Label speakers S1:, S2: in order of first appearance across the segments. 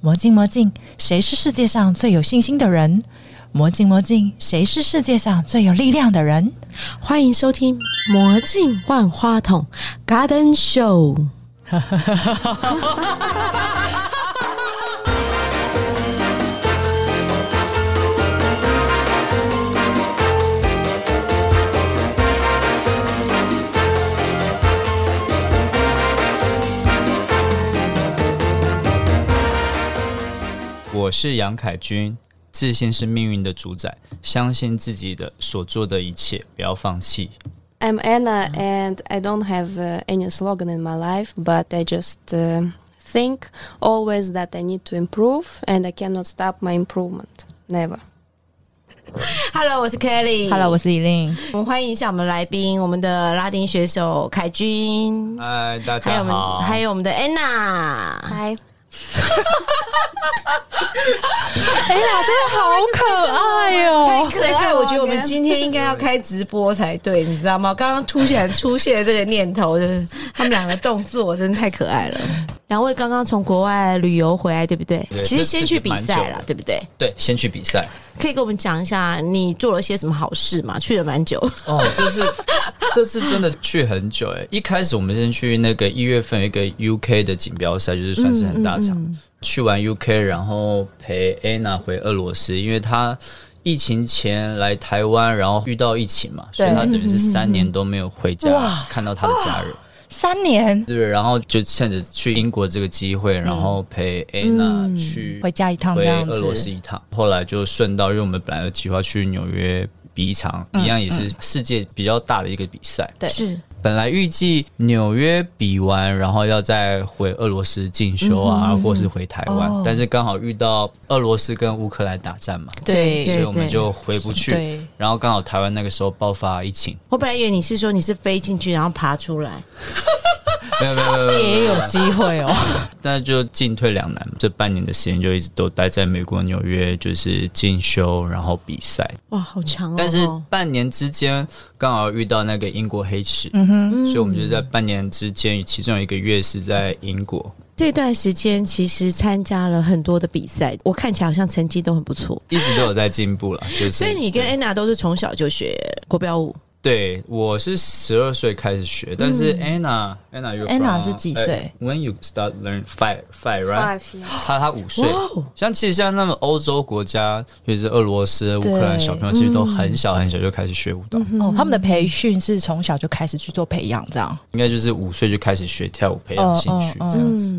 S1: 魔镜魔镜，谁是世界上最有信心的人？魔镜魔镜，谁是世界上最有力量的人？
S2: 欢迎收听《魔镜万花筒》Garden Show。
S3: 我是杨凯军，自信是命运的主宰，相信自己的所做的一切，不要放弃。
S4: I'm Anna, and I don't have uh, any slogan in my life, but I just uh, think always that I need to improve, and I cannot stop my improvement. Never.
S5: Hello，我是 Kelly。
S1: 嗯 Hello，我是依令。
S5: 我们欢迎一下我们的来宾，我们的拉丁选手凯军，
S3: 嗨，
S5: 还有
S3: 大家
S5: 我们
S3: 好，
S5: 还有我们的 Anna。
S4: Hi.
S5: 太可爱！我觉得我们今天应该要开直播才对，你知道吗？刚刚突然出现了这个念头，就是他们两个动作真的太可 爱了。两位刚刚从国外旅游回来，对不对？
S3: 对
S5: 其实
S3: 这次
S5: 先去比
S3: 蛮
S5: 赛
S3: 久
S5: 了
S3: 的，
S5: 对不对？
S3: 对，先去比赛。
S5: 可以跟我们讲一下你做了些什么好事嘛？去了蛮久，
S3: 哦，这是这次真的去很久哎、一开始我们先去那个一月份有一个 UK 的锦标赛，就是算是很大场。
S5: 嗯
S3: 去完 UK，然后陪 Anna 回俄罗斯，因为她疫情前来台湾，然后遇到疫情嘛，所以她等于是三
S5: 嗯
S3: 年都没有回家看到她的家人。
S1: 三年
S3: 对，然后就趁着去英国这个机会，然后陪 Anna、去
S1: 嗯回家一趟这
S3: 回
S1: 样
S3: 俄罗斯
S1: 子，
S3: 一趟，后来就顺道，因为我们本来有计划去纽约比一场，一样也是世界比较大的一个比赛。
S1: 嗯对
S5: 是
S3: 本来预计纽约比完，然后要再回俄罗斯进修
S1: 嗯
S3: 啊，或是回台湾，
S1: 哦
S3: 但是刚好遇到俄罗斯跟乌克兰打战嘛，
S1: 对
S3: 所以
S5: 对
S3: 我们就回不去
S1: 对。
S3: 然后刚好台湾那个时候爆发疫情，
S5: 我本来以为你是说你是飞进去然后爬出来，
S3: 没有没有没有没有，没有
S1: 也有机会哦。
S3: 那就进退两难。这半年的时间就一直都待在美国纽约，就是进修，然后比赛。
S5: 哇，好强哦！
S3: 但是半年之间刚好遇到那个英国黑池，
S1: 嗯
S3: 所以我们就在半年之间，其中有一个月是在英国。
S2: 这段时间其实参加了很多的比赛，我看起来好像成绩都很不错。
S3: 一直都有在进步了，就是。
S2: 所以你跟 Anna 都是从小就学国标舞，
S3: 对我是十二岁开始学，但是 Anna、Anna 有
S1: 嗯 Anna 是几岁
S3: ？When you start learn five five right？
S4: Five years.
S3: 他他五岁，像其实像那么欧洲国家，尤其是俄罗斯、乌克兰
S1: 对
S3: 小朋友，其实都很小很小就开始学舞蹈，
S1: 哦，他们的培训是从小就开始去做培养，这样。
S3: 应该就是五岁就开始学跳舞，培养兴趣
S1: 哦哦哦
S3: 这样子。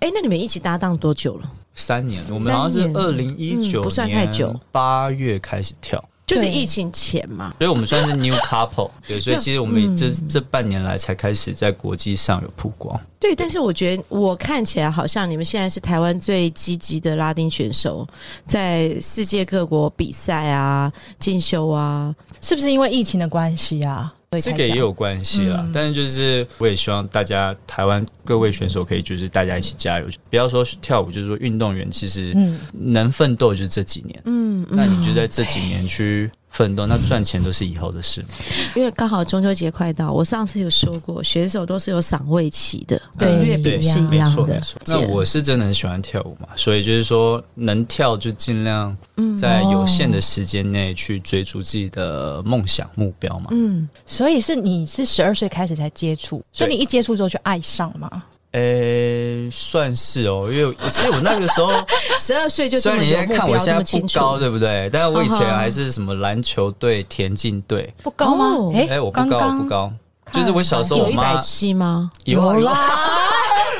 S2: 哎、那你们一起搭档多久了？
S3: 三年，我们好像是二零一九
S2: 嗯不算太久
S3: 年八月开始跳，
S2: 就是
S1: 对
S2: 疫情前嘛。
S3: 所以我们算是 new couple。对，所以其实我们这这半年来才开始在国际上有曝光。
S2: 对，但是我觉得我看起来好像你们现在是台湾最积极的拉丁选手，在世界各国比赛啊、进修啊，
S1: 是不是因为疫情的关系啊？所以才
S3: 这个也
S1: 样
S3: 有关系啦，但是就是我也希望大家台湾各位选手可以就是大家一起加油，不要说跳舞，就是说运动员其实能奋斗就是这几年，嗯，那你就在这几年去奋斗，那赚钱都是以后的事嘛。
S2: 因为刚好中秋节快到，我上次有说过，选手都是有赏味期的，
S1: 对
S2: 跟乐
S3: 对
S2: 比是一
S3: 没
S2: 样
S3: 错没
S2: 的
S3: 错。。那我是真的很喜欢跳舞嘛，所以就是说能跳就尽量在有限的时间内去追逐自己的梦想目标嘛。
S2: 嗯
S1: 所以是你是十二岁开始才接触，所以你一接触之后就爱上嘛？
S3: 诶、算是哦，因为其实我那个时候。
S2: 十二岁就
S3: 虽
S2: 这
S3: 然
S2: 么
S3: 你
S2: 有
S3: 现在看
S2: 目
S3: 我
S2: 标，
S3: 现
S2: 这么
S3: 在不
S2: 清楚。
S3: 高，对不对？但是我以
S2: 嗯
S3: 前
S2: 哼
S3: 还是什么篮球队、田径队。
S1: 不高吗
S2: 哦？
S1: 哎
S3: 哎、我不高，我不。高。
S1: 看
S3: 就是我小时候，
S2: 有
S3: 我
S2: 一百
S3: 妈
S2: 七吗？
S3: 有啊 有啦，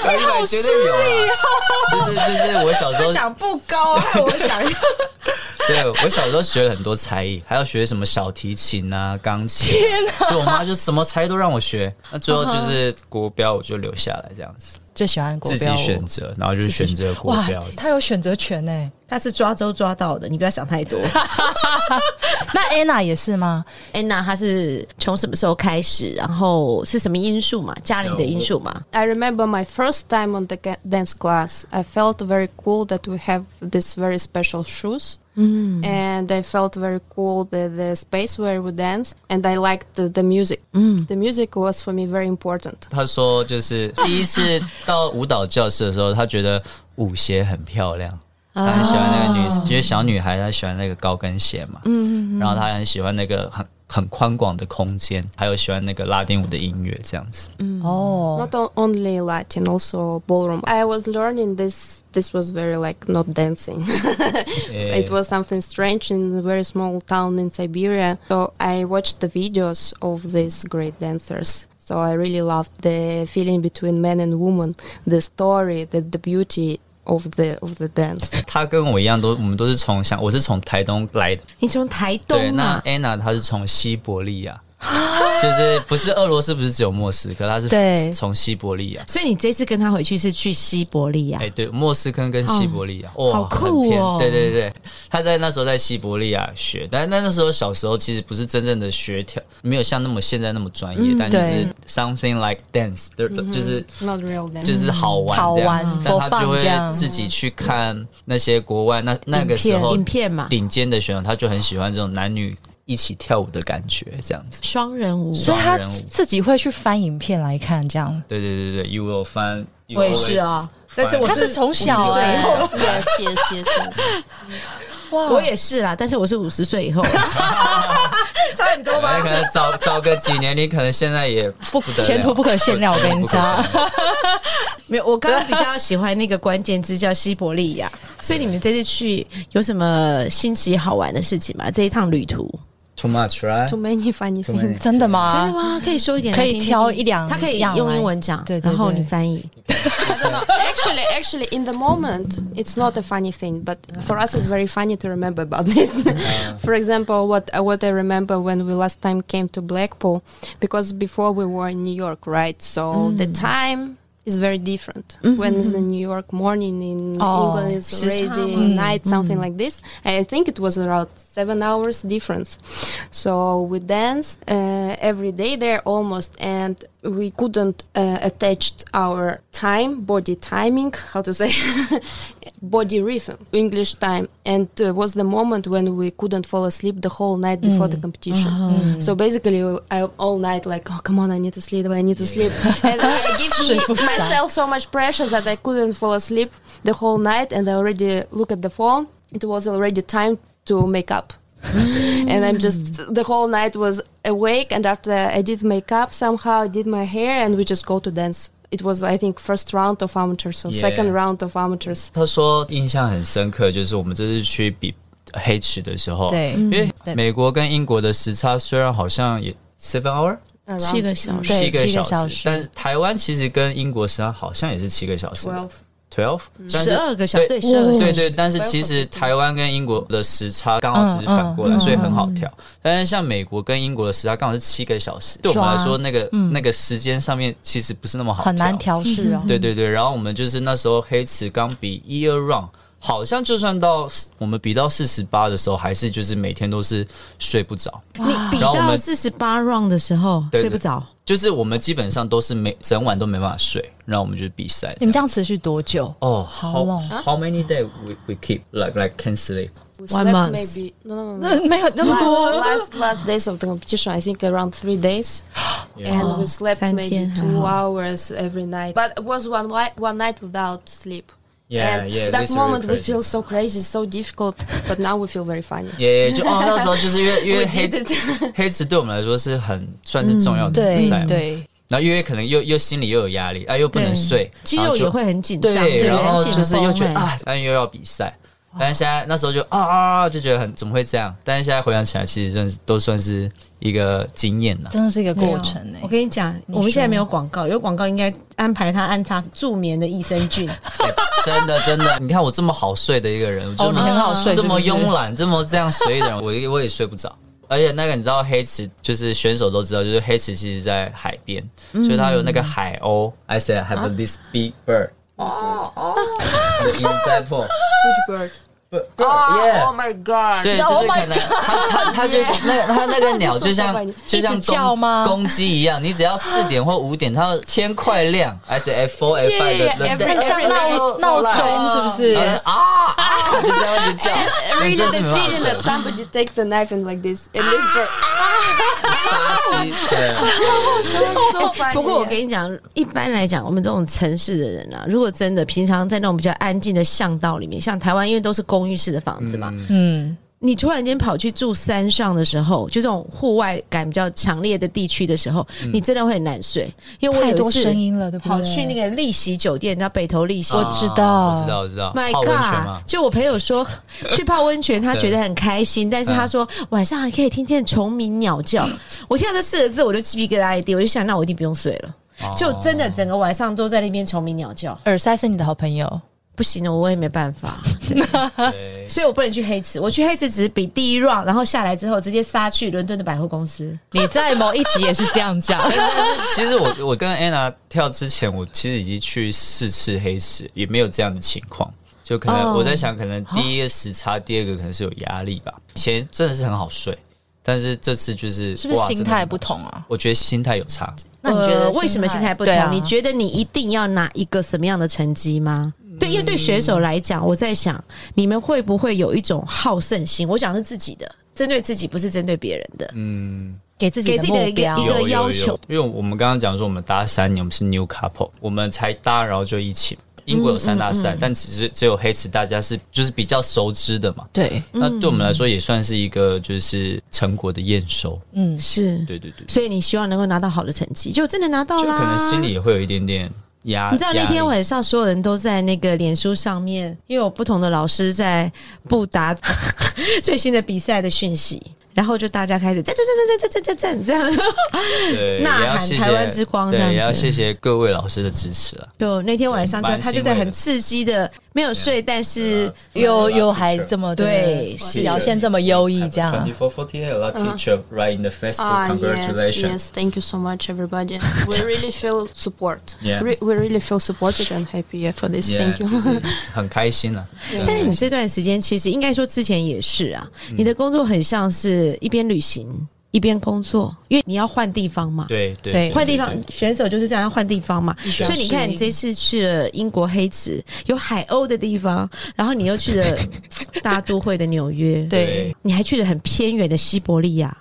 S3: 有一百绝对有啊。就是就是我小时候，
S5: 长不高，害我想
S3: 对我小时候学了很多才艺，还要学什么小提琴啊、钢琴。天就我妈就什么才艺都让我学。那最
S2: 嗯
S3: 后就是国标，我就留下来这样子，
S1: 最喜欢国
S3: 自
S1: 标
S3: 己
S1: 舞
S3: 选择，然后就选择国
S1: 哇
S3: 标。，
S1: 他有选择权呢。
S5: 他是抓周抓到 的，你不要想太多。
S1: 那 Anna 也是 吗？
S2: Anna，她哎是从什么时候开始？然后是什么因素嘛？家里的因素嘛？
S4: I remember my first time on the ca- dance class. I felt very cool that we have this very special shoes. And I felt very cool the, the space where we dance, and I liked the, the music. The music was for me very important.
S3: 他说，就是第一次到舞蹈教室的时候，他觉得舞鞋很漂亮。她很喜欢那个女，因为小女孩她喜欢那个高跟鞋嘛，嗯，然后她很喜欢那个很很宽广的空间，还有喜欢那个拉丁舞的音乐这样子。
S1: 哦，
S4: Not on- only Latin, also ballroom. I was learning this. This was very like not dancing.
S3: Eh,
S4: it was something strange in a very small town in Siberia. So I watched the videos of these great dancers. So I really loved the feeling between man and woman, the story, the, the beauty of the of the dance.
S3: 她跟我一样都，我们都是从像我是从台东来的，
S5: 你从台
S3: 对，
S5: 东
S3: 那
S5: 啊，
S3: Anna 她是从西伯利亚，就是不是俄罗斯，不是只有莫斯科，她
S1: 对
S3: 是从西伯利亚。
S5: 所以你这次跟他回去是去西伯利亚
S3: 哎、，对，莫斯科跟西伯利亚，哇、
S5: 好酷
S3: 很偏
S5: 哦
S3: 对对对，他在那时候在西伯利亚学，但那那时候小时候其实不是真正的学跳，没有像那么现在那么专
S5: 嗯
S3: 业，但就是 something like dance，对、就是
S4: Not real dance.
S3: 就是好玩
S1: 好
S3: 这样
S1: 玩
S3: 但他
S1: for
S3: 就
S1: fun 这样
S3: 会自己去看那些国外那那个时候
S5: 影片嘛，
S3: 顶尖的选手，他就很喜欢这种男女一起跳舞的感觉，这样子。
S5: 双人舞。
S1: 所以他
S3: 双人舞
S1: 自己会去翻影片来看，这样。
S3: 对对对对，You will find，you
S5: 我也是啊
S3: always
S5: 但是我
S1: 他是从小
S5: 对
S1: 哎、
S4: yes, yes, yes, yes.
S1: 哇
S5: 我也是啦，但是我是五十岁 以后，差很多
S3: 那可能早早个几年，你可能现在也
S1: 不
S3: 得了
S1: 前途不可限量，我跟你讲
S3: 前途不可限量
S5: 没有，我刚刚比较喜欢那个关键字叫西伯 利亚，所以你们这次去有什么新奇好玩的事情吗？这一趟旅途
S3: Too much,
S4: Too
S3: right?
S4: many funny
S3: Too many.
S4: things.
S1: 真的
S5: 真的
S1: 吗？
S5: 吗？可以说一点来
S1: 啊可以
S5: 听听，
S1: 挑一两
S5: 他可以
S1: 样
S5: 用
S1: 来
S5: 英文讲
S1: 对，对
S5: 然后
S1: 对
S5: 你翻译。
S4: actually, actually, in the moment, it's not a funny thing, but for us, it's very funny to remember about this. for example, what uh, what I remember when we last time came to Blackpool, because before we were in New York, right? So the time is very different. When it's in New York morning, in
S1: Oh,
S4: England it's
S5: she's
S4: already
S5: hungry.
S4: night, something like this. And I think it was around seven hours difference. So we danced uh, every day there almost, and we couldn't uh, attach our time, body timing, how to say, body rhythm, English time. And uh, was the moment when we couldn't fall asleep the whole night before the competition. So basically, I all night like, oh come on, I need to sleep, I need to sleep, and I give me, myself so much pressure that I couldn't fall asleep the whole night, and I already look at the phone. It was already time to make up. and I'm just the whole night was awake, and after I did makeup somehow, I did my hair, and we just go to dance. It was I think first round of amateurs or
S3: Yeah.
S4: second round of amateurs.
S3: 他说印象很深刻，就是我们这次去比黑池的时候，
S1: 对嗯
S3: 因为
S1: 对
S3: 美国跟英国的时差虽然好像也 seven hour
S4: 7
S5: Around- 小
S1: 对
S3: 七个
S1: 七个
S3: 小
S1: 小
S3: 时
S1: 时，
S3: 但台湾其实跟英国时差好像也是七个小时
S4: Twelve.
S3: twelve
S5: 12个小时对12个小
S3: 对
S5: 时
S1: 嗯
S3: 对，但是其实台湾跟英国的时差刚好只是反
S1: 嗯
S3: 过来，所以很好调。但是像美国跟英国的时差刚好是七个小时，对我们来说，那个那个时间上面其实不是那么好，
S1: 嗯很难。调试哦。
S3: 嗯对对对，然后我们就是那时候黑池刚比 year round，好像就算到我们比到四十八的时候，还是就是每天都是睡不着，
S5: 你
S1: 啊
S5: 比
S3: 然后我
S5: 到
S3: 们
S5: 四十八 round 的时候
S3: 对对
S5: 睡不着，
S3: 就是我们基本上都是没整晚都没办法睡，然后我们就比赛。
S1: 你们这样持续多久？
S3: 哦、
S1: How long？
S3: how many day we we keep like like can sleep？
S4: We
S5: One
S4: slept
S5: month.
S4: maybe no no no, no.
S1: 那没有那么多。
S4: last, last last days of the competition I think around three days and
S5: Oh,
S4: we slept
S5: San
S4: maybe
S5: Diego.
S4: two hours every night but it was one wi- one night without sleep
S3: Yeah,
S4: and
S3: yeah,
S4: that
S3: this is
S4: moment
S3: really
S4: we feel so crazy so difficult but now we feel very funny
S3: 也、就哦，那时候就是因为因为黑
S4: did
S3: 池黑池对我们来说是很算是重
S5: 嗯
S3: 要的比赛、
S1: 对。对，
S3: 然后因为可能又又心里又有压力，啊，又不能睡，
S5: 肌
S3: 然后
S5: 肉
S3: 就
S5: 也会很紧张，
S3: 对，
S5: 不
S3: 然后
S5: 很紧
S3: 就是又觉得
S5: 绷哎
S3: 啊，但又要比赛，但是现在那时候就啊啊，啊就觉得很怎么会这样？但是现在回想起来，其实算是都算是一个经验呐。
S1: 真的是一个
S5: 没有
S1: 过程哎、
S5: 我跟你讲，我们现在没有广告，有广告应该安排他安插助眠的益生菌。
S3: 哎 真的真的，你看我这么好睡的一个人，
S1: 哦，
S3: 我这
S1: 你很
S3: 么
S1: 好睡，
S3: 这么
S1: 是不是
S3: 慵懒，这么这样随意的人， 我也我也睡不着。而且那个你知道黑池就是选手都知道，就是黑池其实在海边，
S1: 嗯
S3: 所以它有那个海鸥。I said I
S1: 啊
S3: have this big bird. 哦哦，in that p o
S4: which bird
S3: Bird,
S1: 哦
S3: yeah.
S4: oh my
S1: 啊
S4: god
S3: 对，就是可能它它它就是那个它那个 鸟就
S4: It's so
S3: 像
S4: funny.
S3: 就像
S1: 一直叫
S3: 公
S1: 吗
S3: 公鸡一样，你只要四点或五点，它天快亮，I say F four F
S4: Yeah, yeah,
S3: five 的
S4: yeah,
S3: 的
S1: 很像闹闹钟，是不是
S3: 然后就？啊 啊，就这样一直叫，
S4: really
S3: 你
S4: the
S3: 真的是没办法
S4: feeling that
S3: 睡。
S4: somebody take the knife and like this and this bird
S3: 杀鸡， 对，
S5: 不过我跟你讲，一般来讲，我们这种城市的人啊，如果真的平常在那种比较安静的巷道里面，像台湾因为都是公寓式的房子嘛，
S1: 嗯，
S5: 你突然间跑去住山上的时候，就这种户外感比较强烈的地区的时候，你真的会很难睡，因为我
S1: 太
S5: 有
S1: 多
S5: 一次
S1: 声音了，对不对？
S5: 跑去那个丽喜酒店，你知道北投丽喜。
S3: 哦
S1: 我知道
S3: 我知道，我知道，
S5: My
S3: 啊泡温泉
S5: God！
S3: 嘛，
S5: 就我朋友说去泡温泉，他
S3: 对
S5: 觉得很开心，但是他说
S3: 嗯
S5: 晚上还可以听见虫鸣鸟 叫。我听到这四个字，我就鸡皮疙瘩一地，我就想，那我一定不用睡了。
S3: 哦
S5: 就真的整个晚上都在那边虫鸣鸟叫，
S1: 耳塞是你的好朋友，
S5: 不行了，我也没办 法，
S3: 哦对
S5: 所以我不能去黑池。我去黑池只是比第一 round，然后下来之后直接杀去伦敦的百货公司。
S1: 你在某一集也是这样讲，
S3: 其实我 我跟 Anna 跳之前，我其实已经去四次黑池，也没有这样的情况。就可能
S5: 哦
S3: 我在想，可能第一个时差，第二个可能是有压力吧。以前真的是很好睡，但是这次就是
S1: 是不是
S3: 哇
S1: 心
S3: 真的
S1: 态
S3: 很
S1: 不
S3: 好
S1: 同啊？
S3: 我觉得心态有差，
S1: 那你觉得
S5: 呃为什么心态不同？
S1: 对啊
S5: 你觉得你一定要拿一个什么样的成绩吗？
S1: 嗯
S5: 对，因为对选手来讲，我在想你们会不会有一种好胜心？我讲的是自己的，针对自己，不是针对别人的。
S1: 嗯给自己
S5: 给
S1: 的
S5: 自己的
S1: 目标
S5: 一个
S3: 有有
S5: 要
S3: 有
S5: 求
S3: 因为我们刚刚讲说，我们搭三年，我们是 new couple，我们才搭，然后就一起。英国有三大赛，但只是只有黑池大家是就是比较熟知的嘛。
S1: 对，
S3: 那对我们来说也算是一个就是成果的验收。
S5: 是，
S3: 对对对，
S5: 所以你希望能够拿到好的成绩，就真的拿到
S3: 就
S5: 啦。
S3: 可能心里也会有一点点压。
S5: 你知道那天
S3: 压力
S5: 晚上所有人都在那个脸书上面，因为有不同的老师在布达 最新的比赛的讯息，然后就大家开始赞赞赞赞赞赞赞赞这样。
S3: 对
S5: 呐
S3: 也要
S5: 喊
S3: 谢谢
S5: 台湾之光这
S3: 对，
S5: 样子
S3: 也要谢谢各位老师的支持啊了。
S5: 就那天晚上就
S3: 蛮
S5: 他
S3: 欣
S5: 就在
S3: 慰的啊
S5: 很刺激的，没有睡，但是
S1: 又
S3: 嗯
S1: 又还这么
S5: 对
S1: 是表现这么优异，这样
S3: Twenty four forty eight, a
S5: Uh-huh
S3: teacher right in the
S4: Ah,
S3: Facebook.
S4: yes,
S3: Congratulations.
S4: yes. Thank you so much, everybody. We really feel support.
S3: Yeah.
S4: Re- we really feel supported and happy yeah, for this.
S3: Yeah，
S4: Thank
S3: 就
S4: you.
S3: 是 很开心啊嗯了。
S5: 但是
S3: 对
S5: 你这段时间其实应该说之前也是啊，你的工作很像是一边旅行一边工作，因为你要换地方嘛。
S3: 对对
S1: 对
S3: 对，
S5: 换地方
S3: 对，
S5: 选手就是这样要换地方嘛。
S3: 是
S5: 所以你看，你这次去了英国黑池，有海鸥的地方，然后你又去 了大都会的纽约，
S1: 对
S3: 对
S5: 你还去了很偏远的西伯利亚。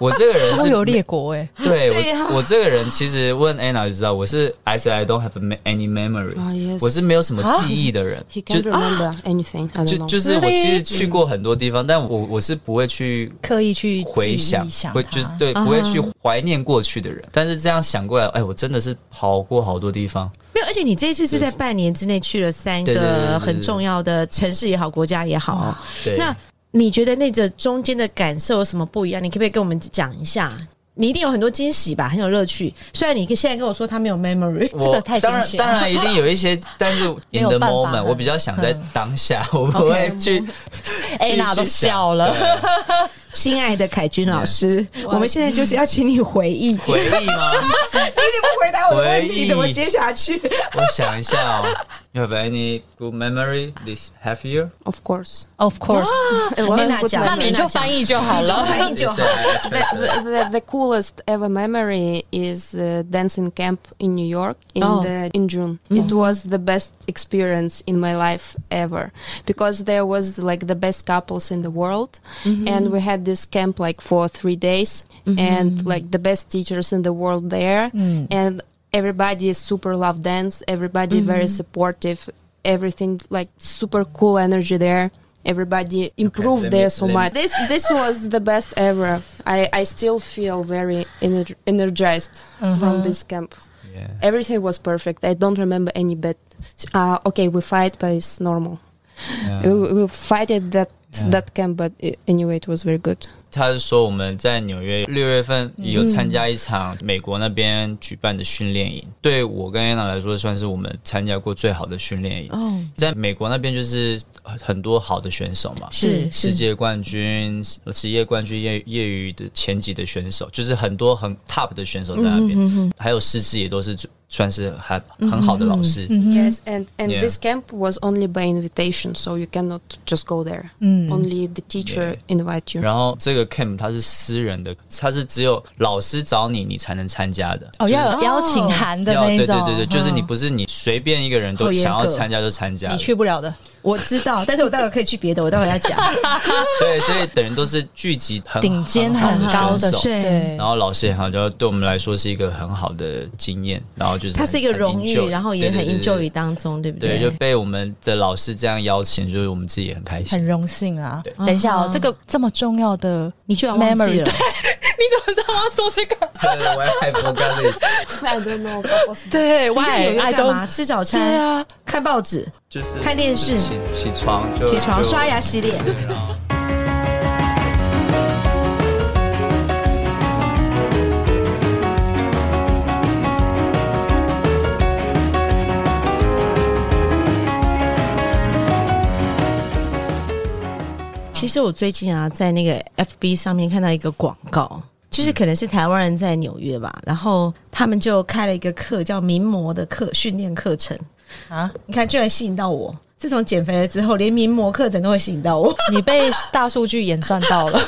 S3: 我这个人
S1: 超
S3: 是
S1: 有列国哎，
S3: 对
S5: 对啊
S3: 我，我这个人其实问 Anna 就知道，我是 I say I don't have a me- any memory，、
S5: Oh,
S4: Ah, yes.
S3: 我是没有什么记忆的人
S4: He
S3: 就
S4: can't remember anything. I
S3: 就
S4: don't know.
S3: 就是我其实去过很多地方，但我我是不会去
S1: 刻意去
S3: 回想，
S1: 会
S3: 会就是对，不
S5: 啊
S3: 会去怀念过去的人。但是这样想过来，哎，我真的是跑过好多地方，
S5: 没有，而且你这次是在半年之内去了三
S3: 对对对对
S5: 个
S3: 对嗯
S5: 很重要的城市也好，国家也好。
S3: 对，
S5: 那你觉得那个中间的感受有什么不一样？你可不可以跟我们讲一下？你一定有很多惊喜吧，很有乐趣。虽然你现在跟我说他没有 memory，
S3: 我
S1: 这个太
S3: 当然
S1: 惊险
S3: 当然一定有一些， 但是 in the
S1: 办法
S3: moment，我比较想在
S5: 嗯
S3: 当下，我不会去
S1: 哎，娜都笑了，
S5: 亲爱的凯君老师，我们现在就是要请你回忆，
S3: 回忆吗？
S5: 你不回答我的问
S3: 回忆
S5: 题，怎么接下去？
S3: 我想一下哦，You have any good memory this half year？
S4: Of course.
S1: Of course，
S4: 我们
S5: Lena 讲
S1: 那
S5: 那
S1: 你
S5: 你
S1: 就
S5: 就
S1: 翻
S5: 翻
S1: 译就好了。
S5: 回忆就好。
S4: the, the, the coolest ever memory is uh, dancing camp in New York in
S5: Oh.
S4: the, in June. It was the best experience in my life ever because there was like the best couples in the world, and we had this camp like for three days, and like the best teachers in the world there, and everybody is super love dance. Everybody very supportive. Everything like super cool energy there. Everybody
S3: let
S4: improved
S3: me-
S4: there so
S3: let me-
S4: much this this was the best ever. I, I still feel very ener- energized from this camp.
S3: Yeah.
S4: Everything was perfect. I don't remember any bad. Uh, okay, we fight, but it's normal. We, we fight at that that camp, but i anyway, it was very good.
S3: 他是说我们在纽约六月份有参加一场
S5: 嗯
S3: 美国那边举办的训练营，对我跟 Anna 来说算是我们参加过最好的训练营。
S5: 哦
S3: 在美国那边就是很多好的选手嘛，
S5: 是
S3: 世界冠军、职业冠军、业业余的前几的选手，就是很多很 top 的选手在那
S5: 嗯
S3: 边，还有师资也都是算是还很好的老师。
S5: 嗯
S4: Yes, and and
S3: Yeah.
S4: this camp was only by invitation, so you cannot just go there.
S3: Mm.
S1: 嗯
S4: Only the teacher invite
S5: 嗯
S4: you.
S3: 然后这个 camp 它是私人的，它是只有老师找你，你才能参加的。
S1: 哦，要有邀请函的
S3: 哦要
S1: 那一
S3: 对
S1: 种，
S3: 对对对，就是你
S1: 嗯
S3: 不是你随便一个人
S5: 好
S3: 都
S5: 严
S3: 想要
S5: 格
S3: 参加就参加
S1: 你
S3: 了，
S1: 去不了的，
S6: 我知道，但是我待会可以去别的，我待会要讲。
S3: 对，所以等于都是聚集很
S1: 顶尖
S3: 很
S1: 很
S3: 好
S1: 高
S3: 的
S1: 的
S3: 选手。
S1: 对
S3: 然后老师也很好，就对我们来说是一个很好的经验。然后就是
S5: 它是一个
S3: 很
S5: 荣誉
S3: enjoy，
S5: 然后也
S3: 对
S5: 很
S3: 对对对
S5: enjoy 当中，对不
S3: 对，就被我们的老师这样邀请，就是我们自己也很开心。
S1: 很荣幸啊
S3: 对！
S1: 等一下
S5: 啊
S1: 哦，这个这么重要的，
S5: 你居然忘记
S1: Memory，
S5: 了
S1: 对，你怎么知道我要说这个？
S3: 对，我也还不干类似，
S4: I don't know what was
S1: 对
S5: 你在纽
S1: ，Why
S5: 约
S1: I
S5: 干
S1: don't？
S5: 嘛？吃早
S1: 对
S5: 餐、
S1: 啊，
S5: 看报纸、
S3: 就是
S5: 看电视
S3: 起起床就
S5: 起床、
S3: 就
S5: 刷牙、洗 脸。
S3: 然后
S5: 其实我最近啊，在那个 FB 上面看到一个广告，就是可能是台湾人在纽约吧，然后他们就开了一个课叫名模的课训练课程
S1: 啊
S5: 啊，
S6: 你看，居然吸引到我。自从减肥了之后，连名模课程都会吸引到我。
S1: 你被大数据演算到了，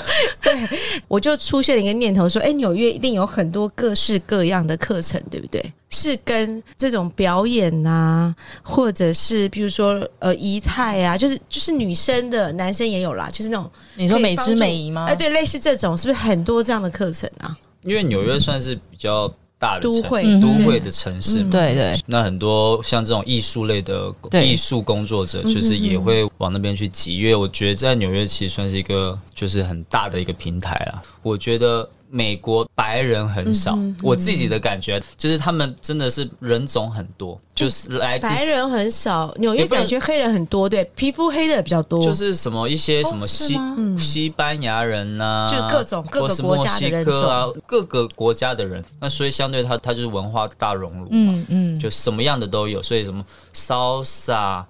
S5: 我就出现了一个念头，说，哎，纽约一定有很多各式各样的课程，对不对？是跟这种表演啊，或者是比如说呃仪态啊，就是就是女生的，男生也有啦，就是那种
S1: 你说美姿美仪吗？
S6: 啊
S5: 哎、对，类似这种，是不是很多这样的课程啊？
S3: 因为纽约算是比较大的
S5: 都
S3: 城
S5: 会、
S1: 嗯
S5: 嗯
S3: 都会的城市嘛，
S1: 对对，
S3: 那很多像这种艺术类的
S1: 对
S3: 艺术工作者，
S5: 嗯
S3: 就是也会往那边去集约。因为我觉得在纽约其实算是一个就是很大的一个平台啦。我觉得美国白人很少，
S5: 嗯
S3: 我自己的感觉啊就是他们真的是人种很多，就是来自
S5: 白人很少，纽约
S3: 也不能
S5: 感觉黑人很多，对，皮肤黑的比较多，哦
S3: 就是什么一些什么西、西班牙人呐、
S5: 嗯就各种各个
S3: 或是
S5: 国家的
S3: 墨西哥啊，各个国家的人，那所以相对它它就是文化大熔炉，
S1: 嗯嗯，
S3: 就什么样的都有，所以什么 salsa、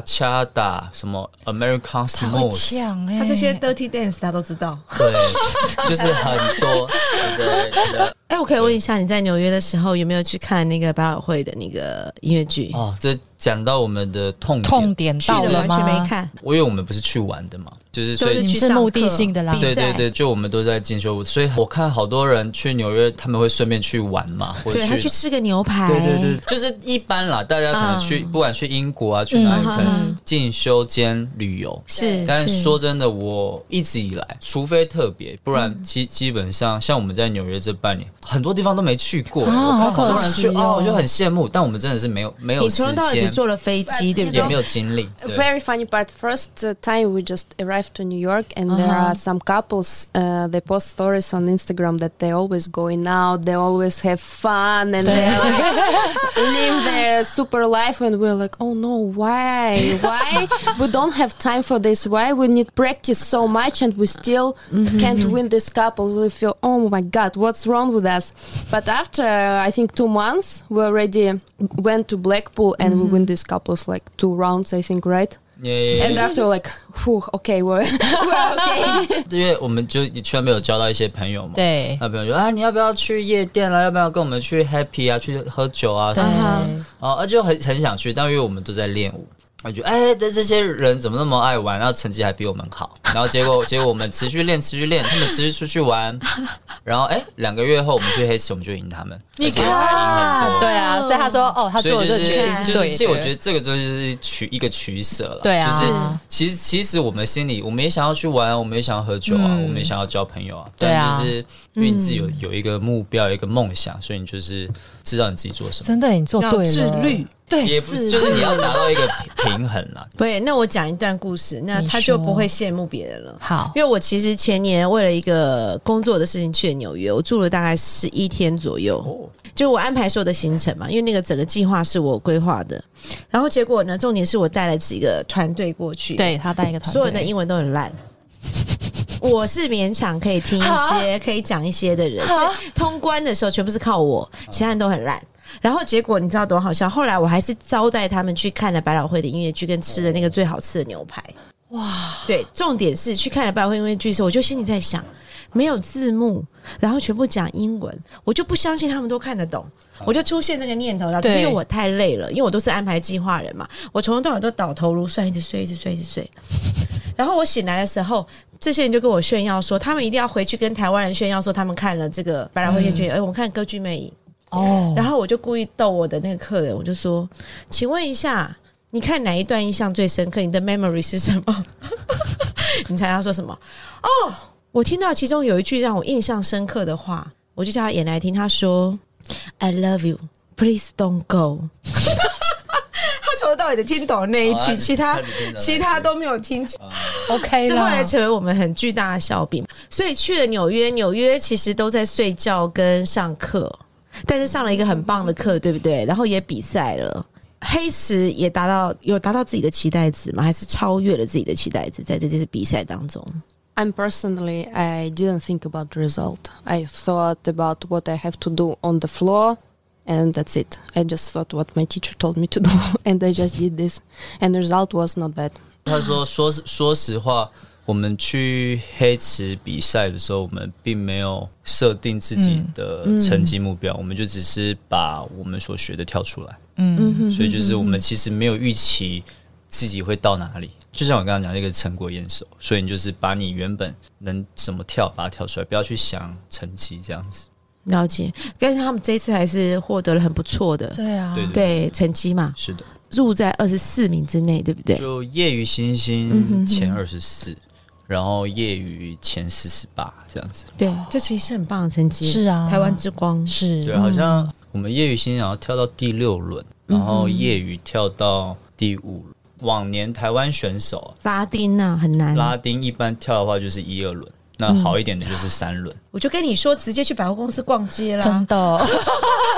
S3: bachata、什么 American
S1: 他会
S3: smooth，
S1: 抢哎，
S6: 他这些 dirty dance 他都知道，
S3: 对，就是很多，对对对
S5: 哎、我可以问一下，你在纽约的时候有没有去看那个百老汇的那个音乐剧？
S3: 哦，这讲到我们的痛点，
S1: 痛点
S5: 去
S1: 到
S5: 了
S1: 了
S5: 完全
S1: 吗？
S5: 没看，
S3: 我因为我们不是去玩的嘛，就是所以
S5: 都
S1: 你
S5: 去
S1: 是
S5: 上课
S1: 目的性的啦
S5: 比，
S3: 对
S5: 赛
S3: 对对，就我们都在进修，所以我看好多人去纽约，他们会顺便去玩嘛，或者
S5: 对他去吃个牛排，
S3: 对对对，就是一般啦，大家可能去，不管去英国啊，去哪里，
S5: 嗯
S3: 可
S5: 嗯
S3: 能进修兼旅游。
S5: 是。
S3: 但是
S5: 是
S3: 说真的，我一直以来，除非特别，不然基基本上像我们在纽约这半年，很多地方都没去过。
S1: 啊
S3: 我看好多人
S1: 好可惜
S3: 去
S1: 哦，
S3: 哦我就很羡慕，但我们真的是没有没有
S5: 你
S3: 时
S5: 从头到尾只
S3: 间，
S5: 坐了飞机，对不
S3: 也
S5: 对
S3: 没？有精力。对
S4: very funny part. First uh, time we just arrived to New York, and there
S5: Uh-huh.
S4: are some couples. Uh, they post stories on Instagram that they always going out. They always have fun, and they like, live their super life. And we're like, oh no, why? Why we don't have time for this? Why we need practice so much, and we still can't win this couple? We feel, oh my god, what's wrong with us? But after uh, I think two months, we already went to Blackpool, and we win these couples like two rounds, I think, right?
S3: Yeah, yeah, yeah.
S4: And after like, whew, okay, we're, we're okay.
S3: 因为我们就圈没有交到一些朋友嘛，
S1: 对
S3: 那朋友就啊，你要不要去夜店啦？要不要跟我们去 happy 啊？去喝酒啊什
S1: 对
S3: 么的？哦，啊就很很想去，但因为我们都在练舞。我觉得，哎，这这些人怎么那么爱玩，然后成绩还比我们好，然后结果结果我们持续练，持续练，他们持续出去玩，然后哎，两个月后我们去黑市，我们就赢他们，而且还赢很多。
S1: 对啊，所以他说哦，他
S3: 所
S1: 做
S3: 以
S1: 的
S3: 就
S1: 这个
S3: 是
S1: 决定
S3: 就是，
S1: 对
S3: 其实我
S1: 的
S3: 觉得这个东西就是取一个取舍了。
S1: 对啊
S3: 就是
S1: 是
S3: 其实其实我们心里，我们也想要去玩，我们也想要喝酒啊，
S1: 嗯
S3: 我们也想要交朋友啊。
S1: 对啊嗯
S3: 但就是因为你自己有有一个目标，有一个梦想，所以你就是知道你自己做什么。
S1: 真的你做
S6: 要
S1: 对了，
S6: 自律，
S1: 对，
S3: 也不哎是，啊就是你要达到一个平平衡啊 啦。
S5: 对，那我讲一段故事，那
S1: 你
S5: 他就
S1: 说
S5: 不会羡慕别人了。
S1: 好，
S5: 因为我其实前年为了一个工作的事情去了纽约，我住了大概十一天左右，
S3: 哦
S5: 就我安排所有的行程嘛，因为那个整个计划是我规划的。然后结果呢，重点是我带了几个团队过去，，
S1: 对他带一个团队，
S5: 所有人的英文都很烂。我是勉强可以听一些、可以讲一些的人，所以通关的时候全部是靠我，其他人都很烂。然后结果你知道多好笑？后来我还是招待他们去看了百老汇的音乐剧，跟吃了那个最好吃的牛排。哇！对，重点是去看了百老汇音乐剧的时候，我就心里在想，没有字幕，然后全部讲英文，我就不相信他们都看得懂。我就出现那个念头了，可
S1: 对
S5: 是因为我太累了，因为我都是安排计划人嘛，我从头到尾都倒头如蒜，一直睡，一直睡，一直睡。然后我醒来的时候，这些人就跟我炫耀说，他们一定要回去跟台湾人炫耀说，他们看了这个百老汇音乐剧，哎、我们看《歌剧魅影》。
S1: 哦，
S5: 然后我就故意逗我的那个客人，我就说：“请问一下，你看哪一段印象最深刻？你的 memory 是什么？ 你猜他说什么？哦，我听到其中有一句让我印象深刻的话，我就叫他演来听。他说：“I love you, please don't go。” 他从头到尾的听懂那一
S3: 好啊
S5: 句，
S3: 你
S5: 其哦他
S3: 看你听懂
S5: 其他都没有听清。
S1: ，OK
S5: 这后来
S1: 了。
S5: 成为我们很巨大的笑柄。所以去了纽约，纽约其实都在睡觉跟上课，但是上了一个很棒的课，对不对？然后也比赛了。黑石也达到有达到自己的期待值吗？还是超越了自己的期待值？在这次比赛当中，
S4: I'm personally, I didn't think about the result. I thought about what I have to do on the floor, and that's it. I just thought what my teacher told me to do, and I just did this. And the result was not bad.
S3: 他说：“说说实话，我们去黑池比赛的时候，我们并没有设定自己的成绩目标，我们就只是把我们所学的跳出来。嗯，所以就是我们其实没有预期自己会到哪里。就像我刚刚讲，那个成果验收，所以你就是把你原本能怎么跳，把它跳出来，不要去想成绩这样子。
S5: 了解。但是他们这次还是获得了很不错的
S1: 对啊，
S3: 对对对，
S5: 对成绩嘛，
S3: 是的。”
S5: 入在二十四名之内，对不对？
S3: 就业余新星前二十四，然后业余前四十八这样子。
S5: 对，这其实是很棒的成绩，
S1: 是啊
S5: 台湾之光。
S1: 是
S3: 对，好像我们业余新然后跳到第六轮，然后业余跳到第五轮。往年台湾选手
S5: 拉丁啊，很难。
S3: 拉丁一般跳的话就是一二轮，那好一点的就是三轮。
S5: 我就跟你说，直接去百货公司逛街
S1: 嗯
S5: 啦。
S1: 真的，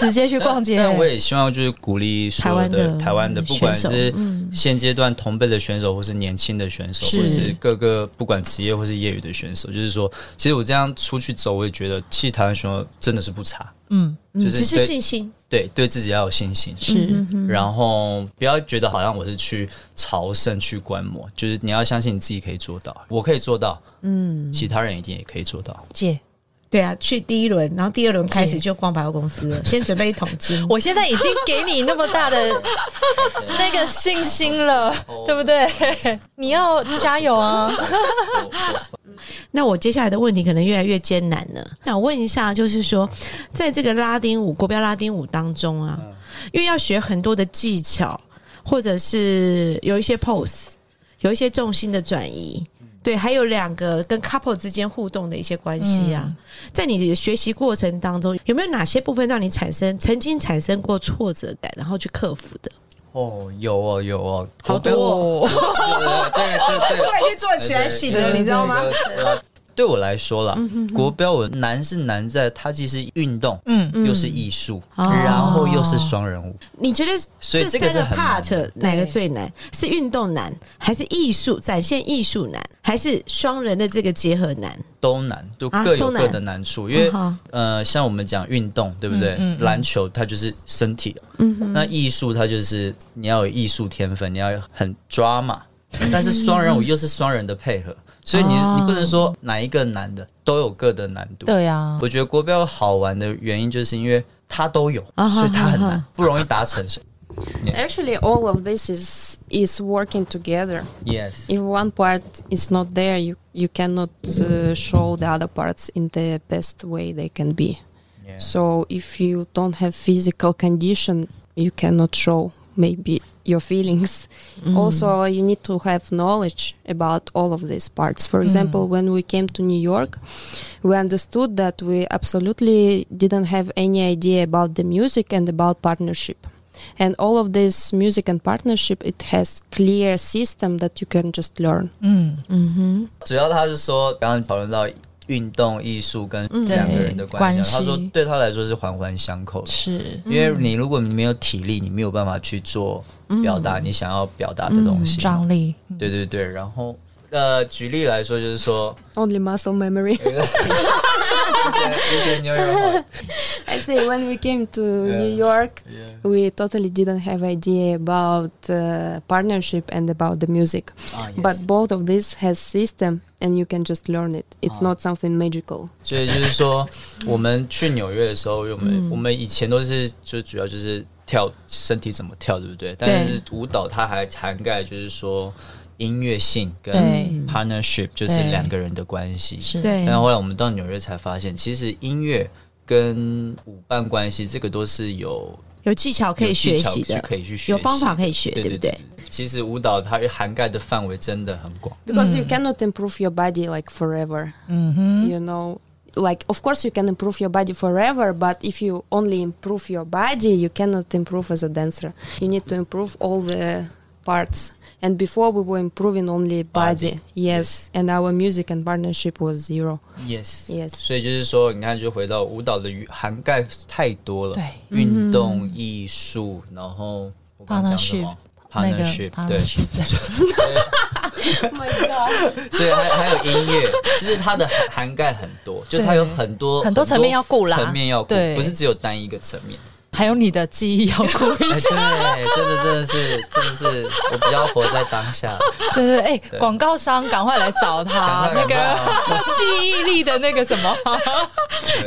S1: 直接去逛街。
S3: 但我也希望就是鼓励所有的
S5: 台
S3: 台
S5: 湾
S3: 湾
S5: 的
S3: 的，
S5: 选手
S3: 不管是现阶段同辈的选手，或是年轻的选手，
S5: 是
S3: 或是各个不管职业或是业余的选手，就是说，其实我这样出去走，我也觉得，其实台湾选手真的是不差，
S1: 嗯，
S3: 就
S5: 只
S3: 是
S5: 是
S3: 对
S5: 信心。
S3: 对对自己要有信心，
S1: 是
S3: 然后不要觉得好像我是去朝圣去观摩，就是你要相信你自己可以做到，我可以做到，嗯，其他人一定也可以做到。
S1: 姐，
S5: 对啊，去第一轮，然后第二轮开始就逛百货公司了，先准备一桶 金。
S1: 我现在已经给你那么大的那个信心了， 对不对？你要加油啊！
S5: 那我接下来的问题可能越来越艰难了。想问一下，就是说，在这个拉丁舞、国标拉丁舞当中啊，因为要学很多的技巧，或者是有一些 pose，有一些重心的转移。对，还有两个跟 couple 之间互动的一些关系啊，在你的学习过程当中，有没有哪些部分让你产生曾经产生过挫折感，然后去克服的？
S3: 哦，有哦，有哦，
S5: 好多哦
S3: 哦，这个这个这个。
S5: 间做
S3: 对对对对对对我来说啦，国标舞难是难在它既是运动，
S1: 嗯
S3: 嗯，又是艺术，然后又是双人舞。
S5: 你觉得
S3: 所以
S5: 这
S3: 这
S5: 三
S3: 个
S5: 个
S3: 是很难
S5: part 哪个最难？是运动难，还是艺术展现艺术难，还是双人的这个结合难？
S3: 都难，都
S5: 啊
S3: 各
S5: 都
S3: 有
S5: 难
S3: 各的难处，因为、
S5: 嗯
S3: 呃，像我们讲运动，对不对？篮球它就是身体，那艺术它就是你要有艺术天分，你要有很 drama，但是双人舞又是双人的配合，所以你、你不能说哪一个难的，都有各的难度。
S1: 对啊，
S3: 我觉得国标好玩的原因，就是因为它都有，
S5: 啊哈
S3: 所以它很
S5: 哈
S3: 难
S5: 哈，
S3: 不容易达成。
S4: Actually, all of this is is working together.
S3: yes，
S4: If one part is not there, you you cannot uh, show the other parts in the best way they can be.
S3: Yeah.
S4: So if you don't have physical condition, you cannot show maybe your feelings. Also, you need to have knowledge about all of these parts. For example, when we came to New York, we understood that we absolutely didn't have any idea about the music and about partnership. And all of this music and partnership, it has clear system that you can just learn.
S1: 嗯
S3: 主要他是说，刚刚讨论到运动、艺术跟
S1: 对
S3: 两个人的关系啊，
S1: 关系
S3: 他说对他来说是环环相扣的。
S1: 是
S3: 因为你如果你没有体力，你没有办法去做表达你想要表达的东西。
S1: 张力。
S3: 对对对，然后呃，举例来说，就是说，
S4: Only muscle memory.
S3: 有一个一个牛油果
S4: I say when we came to New York, we totally didn't have idea about uh, partnership and about the music.
S3: Ah,
S4: But both of this has system, and you can just learn it. It's not something magical.
S3: 所以就是说，我们去纽约的时候，因为我们、我们以前都是就主要就是跳身体怎么跳，对不对？但是舞蹈它还涵盖就是说音乐性跟
S1: 对
S3: partnership，就是
S1: 对
S3: 两个人的关系。
S1: 是
S5: 对
S3: 但后来我们到纽约才发现，其实音乐跟舞伴关系这个都是有
S5: 有技巧可以学习
S3: 有技巧
S5: 的，
S3: 可以去学习
S5: 有方法可以学，
S3: 对
S5: 对不
S3: 对
S5: 对？？
S3: 其实舞蹈它涵盖的范围真的很广，
S4: because you cannot improve your body like forever
S1: 嗯
S4: you know like of course you can improve your body forever but if you only improve your body you cannot improve as a dancer you need to improve all the parts and before we were improving only body,
S3: Body,
S4: yes and our music and partnership was zero
S3: Yes,
S4: Yes
S3: 所以就是说，你看，就回到舞蹈的涵盖太多了，
S1: 对
S3: 运动、艺术，然后我刚刚讲什么
S1: 那个
S3: partnership，对，
S1: partnership，
S3: 所以还还有音乐，其实它的涵盖很多，就它有很多
S1: 很多层面要顾啦
S3: 很多层面要顾
S1: 对，
S3: 不是只有单一个层面。
S1: 还有你的记忆要顾一
S3: 哎，
S1: 下。
S3: 对，真的真的是真的是，我比较活在当 下。
S1: 对对，哎、
S3: 对
S1: 广告商赶快来找他，那
S3: 赶快
S1: 个
S3: 赶
S1: 记忆力的那个什么，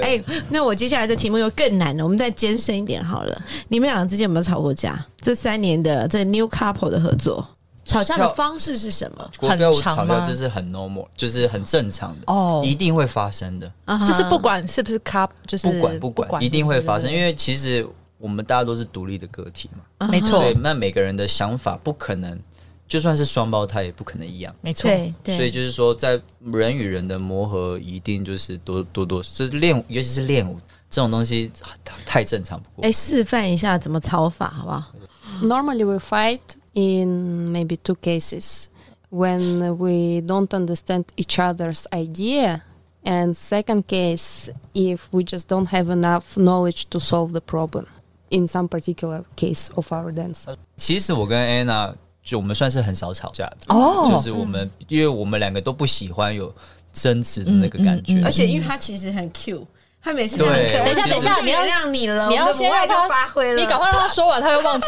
S5: 哎、那我接下来的题目又更难了，我们再艰深一点好了。你们两个之间有没有吵过架？这三年的这 new couple 的合作，吵架的
S3: 跳
S5: 方式是什么？
S3: 国标舞
S1: 很长
S3: 吵架
S1: 吗
S3: 就是很 normal，就是很正常的，
S1: 哦
S3: 一定会发生的。
S5: 啊哈
S1: 就是不管是不是 cup，就是
S3: 不管不管，一定会发生，因
S1: 为
S3: 为其实我们大家都是独立的个体嘛，
S1: 没错
S3: 所以那每个人的想法不可能，就算是双胞胎也不可能一样。
S1: 没错，
S5: 对
S3: 所以
S5: 对，
S3: 就是说，在人与人的磨合，一定就是多多多，就是练舞，尤其是练舞这种东西啊太正常不过。
S5: 哎、示范一下怎么吵法好不好？
S4: normally we fight in maybe two cases when we don't understand each other's idea and second case if we just don't have enough knowledge to solve the problem in some particular case of our dance
S3: Uh, 其实我跟 Anna 就我们算是很少吵架的，
S1: 哦
S3: 就是我们、因为我们两个都不喜欢有争执的那个感
S5: 嗯
S3: 觉，
S7: 嗯而且因为他其实很 Q，他每次都
S3: 对
S7: 很可爱。
S3: 等一下
S7: 我就原
S3: 等一下
S8: 你要
S7: 谅你了，
S8: 你要
S7: 我的
S8: 先
S7: 母爱
S8: 让他
S7: 就发挥了，
S8: 你赶快让他说完，他会忘记。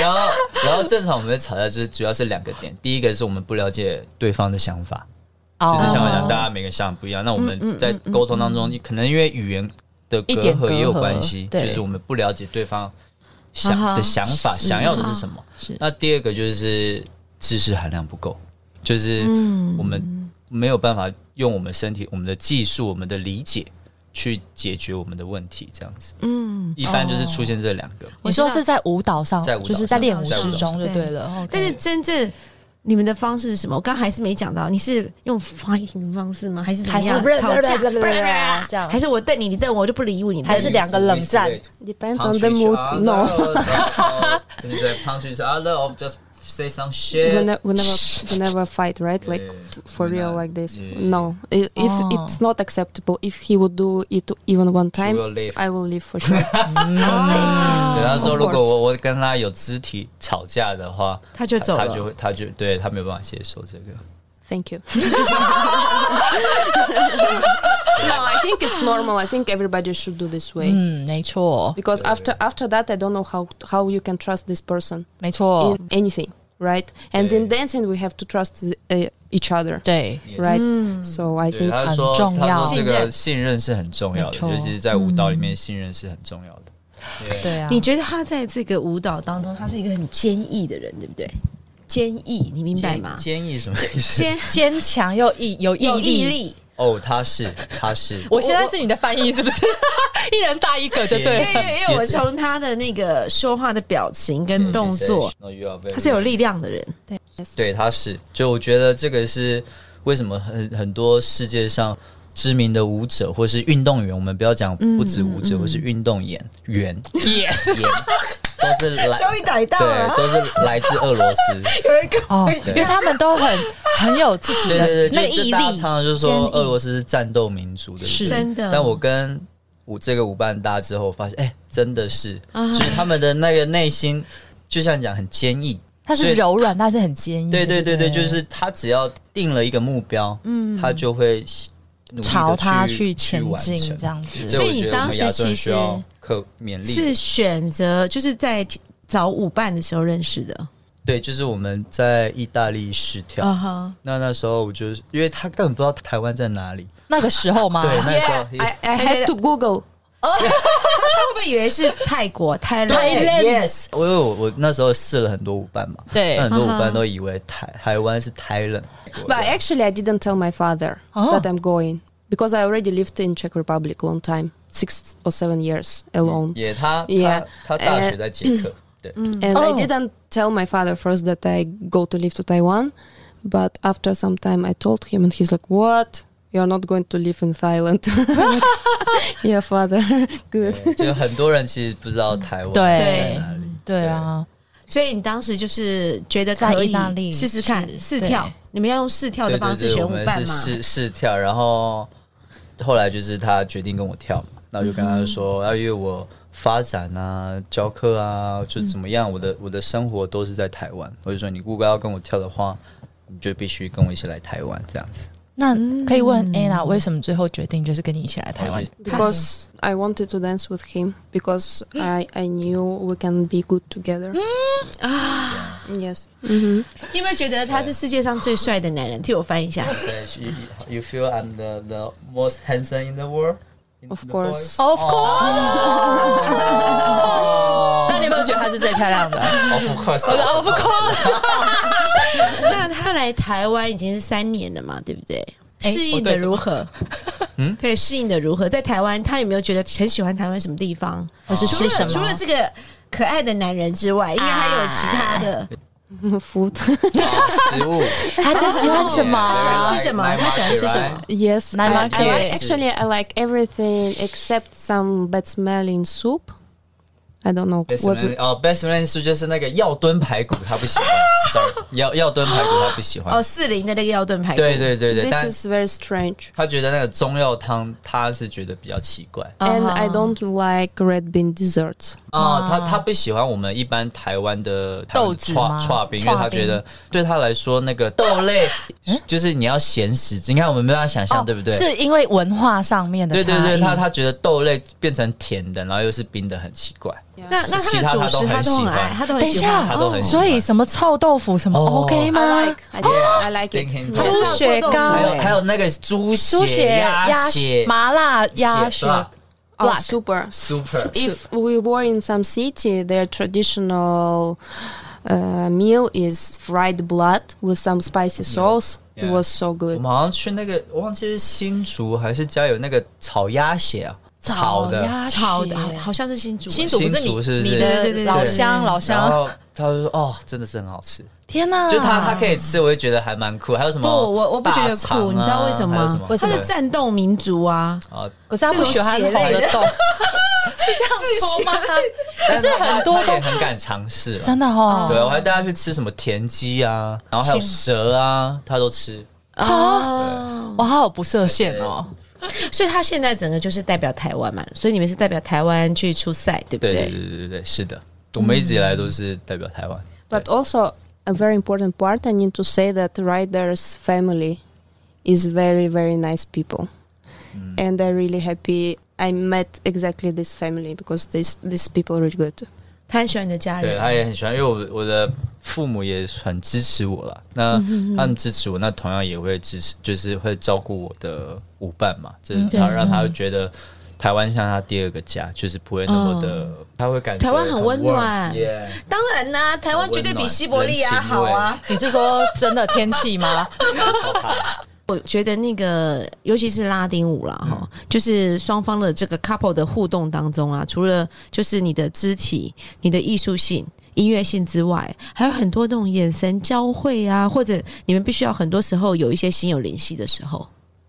S3: 然后，然后正常我们的吵架就是主要是两个点，第一个是我们不了解对方的想法，
S1: 哦
S3: 就是像我讲，大家每个想法不一样。那我们在沟通当中，可能因为语言的隔
S1: 一点隔
S3: 阂
S1: 阂
S3: 也有关系，就
S1: 对
S3: 是我们不了解对方想
S5: 啊哈
S3: 的想法，想要的是什么
S1: 是。
S3: 那第二个就是知识含量不够，就是我们没有办法用我们身体、我们的技术、我们的理解去解决我们的问题，这样子。嗯，一般就是出现这两个。
S1: 你说是在舞蹈上，
S3: 在舞蹈
S1: 就是在练舞
S3: 上
S1: 之中就
S5: 在舞蹈上
S1: 对了。OK
S5: 但是真正你们的方式是什么？我刚还是没讲到，你是用 fighting 的方式吗？还是怎么样
S1: 还是
S5: 吵架？
S1: 这样
S5: 还是我瞪你，你瞪我，我就不理你？
S1: 还是两个冷战
S4: depends on the mood no
S3: you say punch each other or just say some shit.
S4: we, ne- we never we never fight right like
S3: Yeah,
S4: f- for
S3: we
S4: real
S3: not-
S4: like this
S3: yeah.
S4: no I- if
S1: Oh.
S4: it's not acceptable if he would do it even one time
S3: will leave.
S4: i will leave for sure
S5: 啊
S3: 对，他说
S4: of
S3: 如
S4: course
S3: 果我我跟他有肢体吵架的话，
S5: 他就走
S3: 他
S5: 了
S3: 就会他就对他没有办法接受这个。
S4: Thank you. no, I think it's normal. I think everybody should do this way
S1: 嗯，没错，
S4: because after after that, I don't know how how you can trust this person
S1: 没错，
S4: in anything, right? And in dancing, we have to trust uh, each other,
S1: 对，
S5: 嗯
S4: right? So I
S3: 对，
S4: think
S3: 他说
S1: 很重要
S3: 他说这
S1: 信
S3: 个信任是很重要
S1: 没
S3: 的，
S1: 错
S3: 尤其是在舞蹈里
S5: 嗯
S3: 面，信任是很重要的。
S1: 对啊，
S5: 你觉得他在这个舞蹈当中，他是一个很坚毅的人，对不对？坚毅，你明白吗？
S3: 坚毅什么意思？
S1: 坚强又毅有毅
S5: 有毅
S1: 力。
S5: 力，
S3: 哦，他是他是
S1: 我现在是你的翻译是不 是？一人带一个就对
S5: 因为
S1: 了。
S5: 因为哎我从他的那个说话的表情跟动作，，
S3: No, you are very-
S5: 他是有力量的人。
S3: 对，他是，就我觉得这个是为什么很很多世界上知名的舞者或是运动员，我们不要讲
S1: 嗯
S3: 不止舞者，或是运动员员
S1: 耶
S3: 员，都是来
S5: 终于逮到
S3: 对，
S5: 了，
S3: 都是来自俄罗 斯。
S5: 有一个
S1: 哦，因
S3: 对
S1: 为他们 都很很有自己
S3: 对
S1: 的
S3: 对对，
S1: 那个
S3: 就就
S1: 毅
S3: 大家
S1: 力
S3: 常，常就
S1: 坚
S3: 说呃
S1: 毅
S3: 俄罗斯是战斗民族的，
S1: 是
S5: 真的
S3: 但我跟舞这个舞伴搭之后，我发现哎、真的是，
S1: 啊
S3: 就是他们的那个内心，就像你讲很坚毅，
S1: 它
S3: 所
S1: 是
S3: 以
S1: 柔软，但是很坚毅。
S3: 对对对
S1: 不
S3: 对，就是他只要定了一个目标，嗯，他就会努力地
S1: 朝它
S3: 去
S1: 去前
S3: 完
S1: 进
S3: 成
S1: 这。样 子。
S3: 所
S5: 所以
S3: 我
S5: 你
S3: 觉得我
S5: 当
S3: 们
S5: 时
S3: 亚洲人
S5: 其
S3: 需要
S5: 实
S3: 可勉励
S5: 是选择就是在找舞伴的时候认识的。
S3: 对，就是我们在意大利试跳，
S5: 啊哈，
S3: 那那时候我就因为他根本不知道台湾在哪里，
S1: 那个时候嘛，
S3: 对，那时候
S4: yeah, I, I had to Google
S5: 他会不会以为是泰国、泰
S1: 太
S5: 泰
S1: 累了
S3: ，yes，我有我我那时候试了很多舞伴嘛，
S1: 对
S3: 那很多舞伴都以为台台湾是台冷，
S4: But actually, I didn't tell my father
S1: Oh.
S4: that I'm going because I already lived in Czech Republic long time, six or seven years alone.
S3: 嗯也他
S4: Yeah 嗯
S3: 他他大学在捷克，对，
S4: And I
S1: Oh.
S4: didn't tell my father first that I go to live to Taiwan, but after some time I told him, and he's like, "What? You're not going to live in Thailand?" yeah, father, good.
S3: 对 就很多人其实不知道台湾
S9: 对
S3: 在哪里，
S9: 对啊，
S5: 所以你当时就是觉得
S1: 在
S5: 可
S1: 意大
S5: 以
S1: 利
S5: 试试看
S1: 是
S5: 试跳
S1: 对，
S5: 你们要用试跳的
S3: 对对
S5: 方式
S3: 对，
S5: 选
S3: 我
S5: 舞
S3: 们
S5: 伴
S3: 是
S5: 嘛？
S3: 试试跳，然后后来就是他决定跟我跳嘛，那我就跟
S5: 嗯
S3: 他说，啊，因为我发展啊、教课啊，
S5: 嗯
S3: 就怎么样，我的我的生活都是在台湾，我就说你如果要跟我跳的话，你就必须跟我一起来台湾这样子。
S9: 那可以问 Anna 为什么最后决定就是跟你一起来台
S5: 嗯
S9: 湾？
S4: Because I wanted to dance with him because I I knew we can be good together. ah, yes.
S5: 你有没有觉得他是世界上最帅的男人？替我翻一 下，
S3: You, you feel I'm the the most handsome in the world?
S4: Of the course.
S5: Oh.
S9: Of course，那你有没有觉得她是最漂 亮
S3: 哦
S9: 的？
S3: Of course.
S5: 那他来台湾已经是三年了嘛，对不对？适应的如何？ 嗯，哎对，适应的如何？在台湾，他有没有觉得很喜欢台湾什么地方？
S9: 或是
S5: 除
S9: 吃什
S5: 了
S9: 么？
S5: 除了这个可爱的男人之外，应该还有其他的。
S4: Food.
S3: 食物，
S9: 他就喜欢什么？
S5: 吃什么他喜欢吃什么？
S4: Yes, I,
S9: Nine
S4: I like,
S3: markets.
S4: actually I like everything except some bad smell in soup. I don't know
S3: Best
S4: what's
S3: man 哦，Best man 是就是那个药炖排骨，他 不喜欢。Sorry，药药炖排骨他不喜欢
S5: 哦，。四零的那个腰炖排骨，
S3: 对对对对，
S4: this
S3: 但
S4: is very strange.
S3: 他觉得那个中药汤他是觉得比较奇怪
S5: 哦
S4: And I don't like red bean desserts.
S3: 啊，他他不喜欢我们一般台湾的台湾的
S9: 豆子
S3: 串
S9: 吗
S3: 串冰，因为他
S9: 串冰嗯
S3: 觉得对他来说那个豆类就是你要咸食，你看我们没办法想象，对不对？
S9: 哦是因为文化上面的
S3: 对对
S9: 差
S3: 对，
S9: 异
S3: 他他觉得豆类变成甜的，然后又是冰的，很奇怪。
S5: 那那
S3: 其
S5: 他的
S3: 他
S5: 主食他
S3: 他都很
S5: 都
S3: 喜
S5: 很
S3: 欢
S5: 爱，他都
S9: 等
S5: 很
S9: 一
S5: 喜欢。
S3: 他
S9: 下
S3: 都很，喜欢
S9: 所以什么臭豆腐什么
S3: 哦
S9: OK
S4: I
S9: 吗
S4: like I, I like it.
S3: Thinking-
S4: Yes.
S9: 猪血糕
S3: 还有还有那个
S9: 猪
S3: 猪
S9: 血、
S3: 血、
S9: 鸭血、
S3: 血、
S9: 麻辣鸭
S3: 血
S9: 血，
S3: 辣
S4: Oh,
S9: Black.
S4: super.
S3: super
S4: If we were in some city, their traditional uh, meal is fried blood with some spicy sauce. It
S3: Yeah.
S4: was so
S3: 我
S4: good.
S3: 们好像去那个，我忘记是新竹还是家有那个炒鸭血啊，炒的。
S9: 鸭血
S5: 炒的，好好像是新竹。
S9: 新竹不是
S3: 新竹
S9: 你
S3: 是不是
S9: 你
S3: 对
S9: 的
S5: 对对对
S9: 老乡 老
S3: 然
S9: 乡，
S3: 后他就说：“哦，真的是很好吃，
S9: 天哪！
S3: 就他他可以吃，我就觉得还蛮酷。还有什么
S5: 啊不，
S3: 大肠啊？啊
S5: 我我不觉得酷，你知道为什么
S3: 还有
S5: 吗？
S3: 什
S5: 他
S3: 么？
S5: 是战斗民族啊，
S3: 啊，
S9: 可是他不喜欢红的豆， 是这样说吗？可是很多
S3: 但
S9: 都
S3: 他他也很敢尝试了。
S9: 真的哦，
S3: 对，我啊还带他去吃什么田鸡啊，然后还有蛇啊，他都吃。
S9: 哇，好不设限哦。
S5: 啊所以他现在整个就是代表台湾嘛，所以你们是代表台湾去出赛，对不
S3: 对
S5: 对？
S3: 对对对对对，是的，我们一直以来都是代表台湾。
S4: But also, a very important part I need to say that Ryder's family is very, very nice people.
S3: Mm.
S4: And I'm really happy I met exactly this family because this, these people are really good.
S5: 他很喜欢你的家
S3: 对，
S5: 人，
S3: 他也很喜欢，因为我我的父母也很支持我啦。那
S5: 嗯
S3: 他们支持我，那同样也会支持，就是会照顾我的舞伴嘛。这、
S5: 嗯
S3: 是他让他觉得台湾像他第二个家，就是不会那么的，他会感
S5: 哦
S3: 觉
S5: 台湾很温暖
S3: warm，yeah，
S5: 当然啦、台湾绝对比西伯利亚
S3: 很温
S5: 好
S3: 暖
S5: 啊。
S9: 你是说真的天气 吗？
S5: 我觉得那个，尤其是拉丁舞啦，
S3: 嗯
S5: 哈、就是双方的这个 couple 的互动当中啊，除了就是你的肢体、你的艺术性、音乐性之外，还有很多那种眼神交汇啊，或者你们必须要很多时候有一些心有灵犀的时候，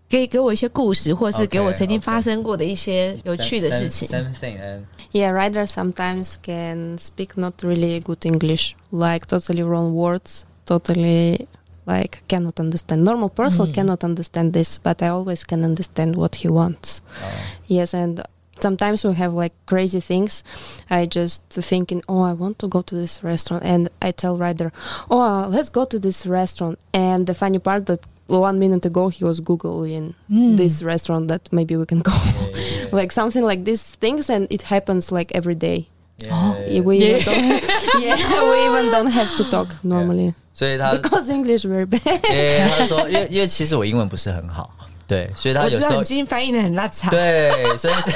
S5: 给给我一些故事，或者是
S3: OK，
S5: 给我曾经
S3: OK
S5: 发生过的一些 有趣的事情。
S3: Something and
S4: Yeah, Ryder sometimes can speak not really good English, like totally wrong words, totally like cannot understand. Normal person cannot understand this, but I always can understand what he wants. Yes, and sometimes we have like crazy things. I just thinking, oh, I want to go to this restaurant, and I tell Ryder, oh, let's go to this restaurant. And the funny part that one minute ago he was googling this restaurant that maybe we can go, like something like these things, and it happens like every day.
S5: 哦
S3: yeah,
S4: We even don't, yeah, we even don't have to talk normally
S3: 所以他
S4: because English very bad.
S3: 因为哎他说，因为因为其实我英文不是很好，对，所以他
S5: 我
S3: 有
S5: 知
S3: 时
S5: 道
S3: 候
S5: 你今天翻译的很拉差，
S3: 对，所以 是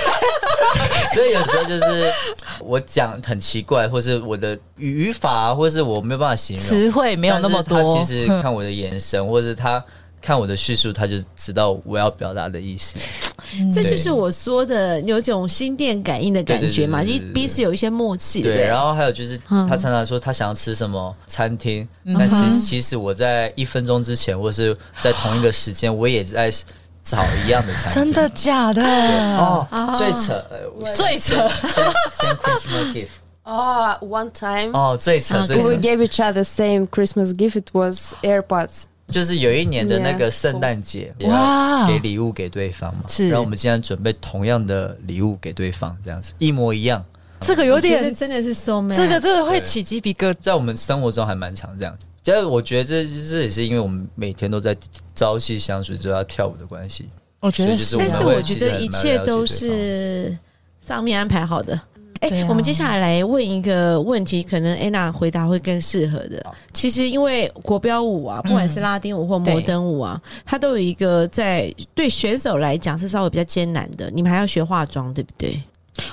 S3: 所以有时候就是我讲很奇怪，或是我的语法，或是我没有办法形容
S9: 词汇没有那么
S3: 但是
S9: 多
S3: 他其实看我的眼神，或是他看我的叙述，他就知道我要表达的意思。
S5: 这
S3: 嗯
S5: 就是我说的有种心电感应的感觉嘛，
S3: 对
S5: 就
S3: 对对对对对
S5: 彼此有一些默契，对不
S3: 对，
S5: 对？
S3: 然后还有就是，
S5: 嗯
S3: 他常常说他想要吃什么餐厅，但其实其实我在一分钟之前，或是在同一个时间，我也在找一样的餐厅。
S1: 真的假的？
S3: 哦，最扯，呃我
S1: 最扯
S3: same same Christmas gift。
S4: Oh, one time
S3: 哦，最扯最
S4: we
S3: 扯，
S4: gave each other same Christmas gift. It was AirPods.
S3: 就是有一年的那个圣诞节，也
S1: 哇
S3: 要给礼物给对方嘛，
S1: 是
S3: 然后我们竟然准备同样的礼物给对方，这样子一模一样，
S1: 这个有
S5: 我觉得
S1: 点，
S5: 真的是 so man，
S1: 这个真的会起鸡皮疙瘩。
S3: 在我们生活中还蛮常这样。其实我觉得这这也是因为我们每天都在朝夕相处，就要跳舞的关系。
S1: 我觉得是
S3: 所以
S5: 但
S3: 就是们
S5: 我
S3: 会
S5: 觉
S3: 记
S5: 得
S3: 得
S5: 一
S3: 蛮
S5: 切
S3: 了解
S5: 都
S3: 对
S5: 是上面安排好的。哎、
S1: 对啊
S5: 我们接下来来问一个问题，可能 Anna 回答会更适合的。其实因为国标舞啊，不管是拉丁舞或摩登舞啊，它都有一个在对选手来讲是稍微比较艰难的。你们还要学化妆，对不对？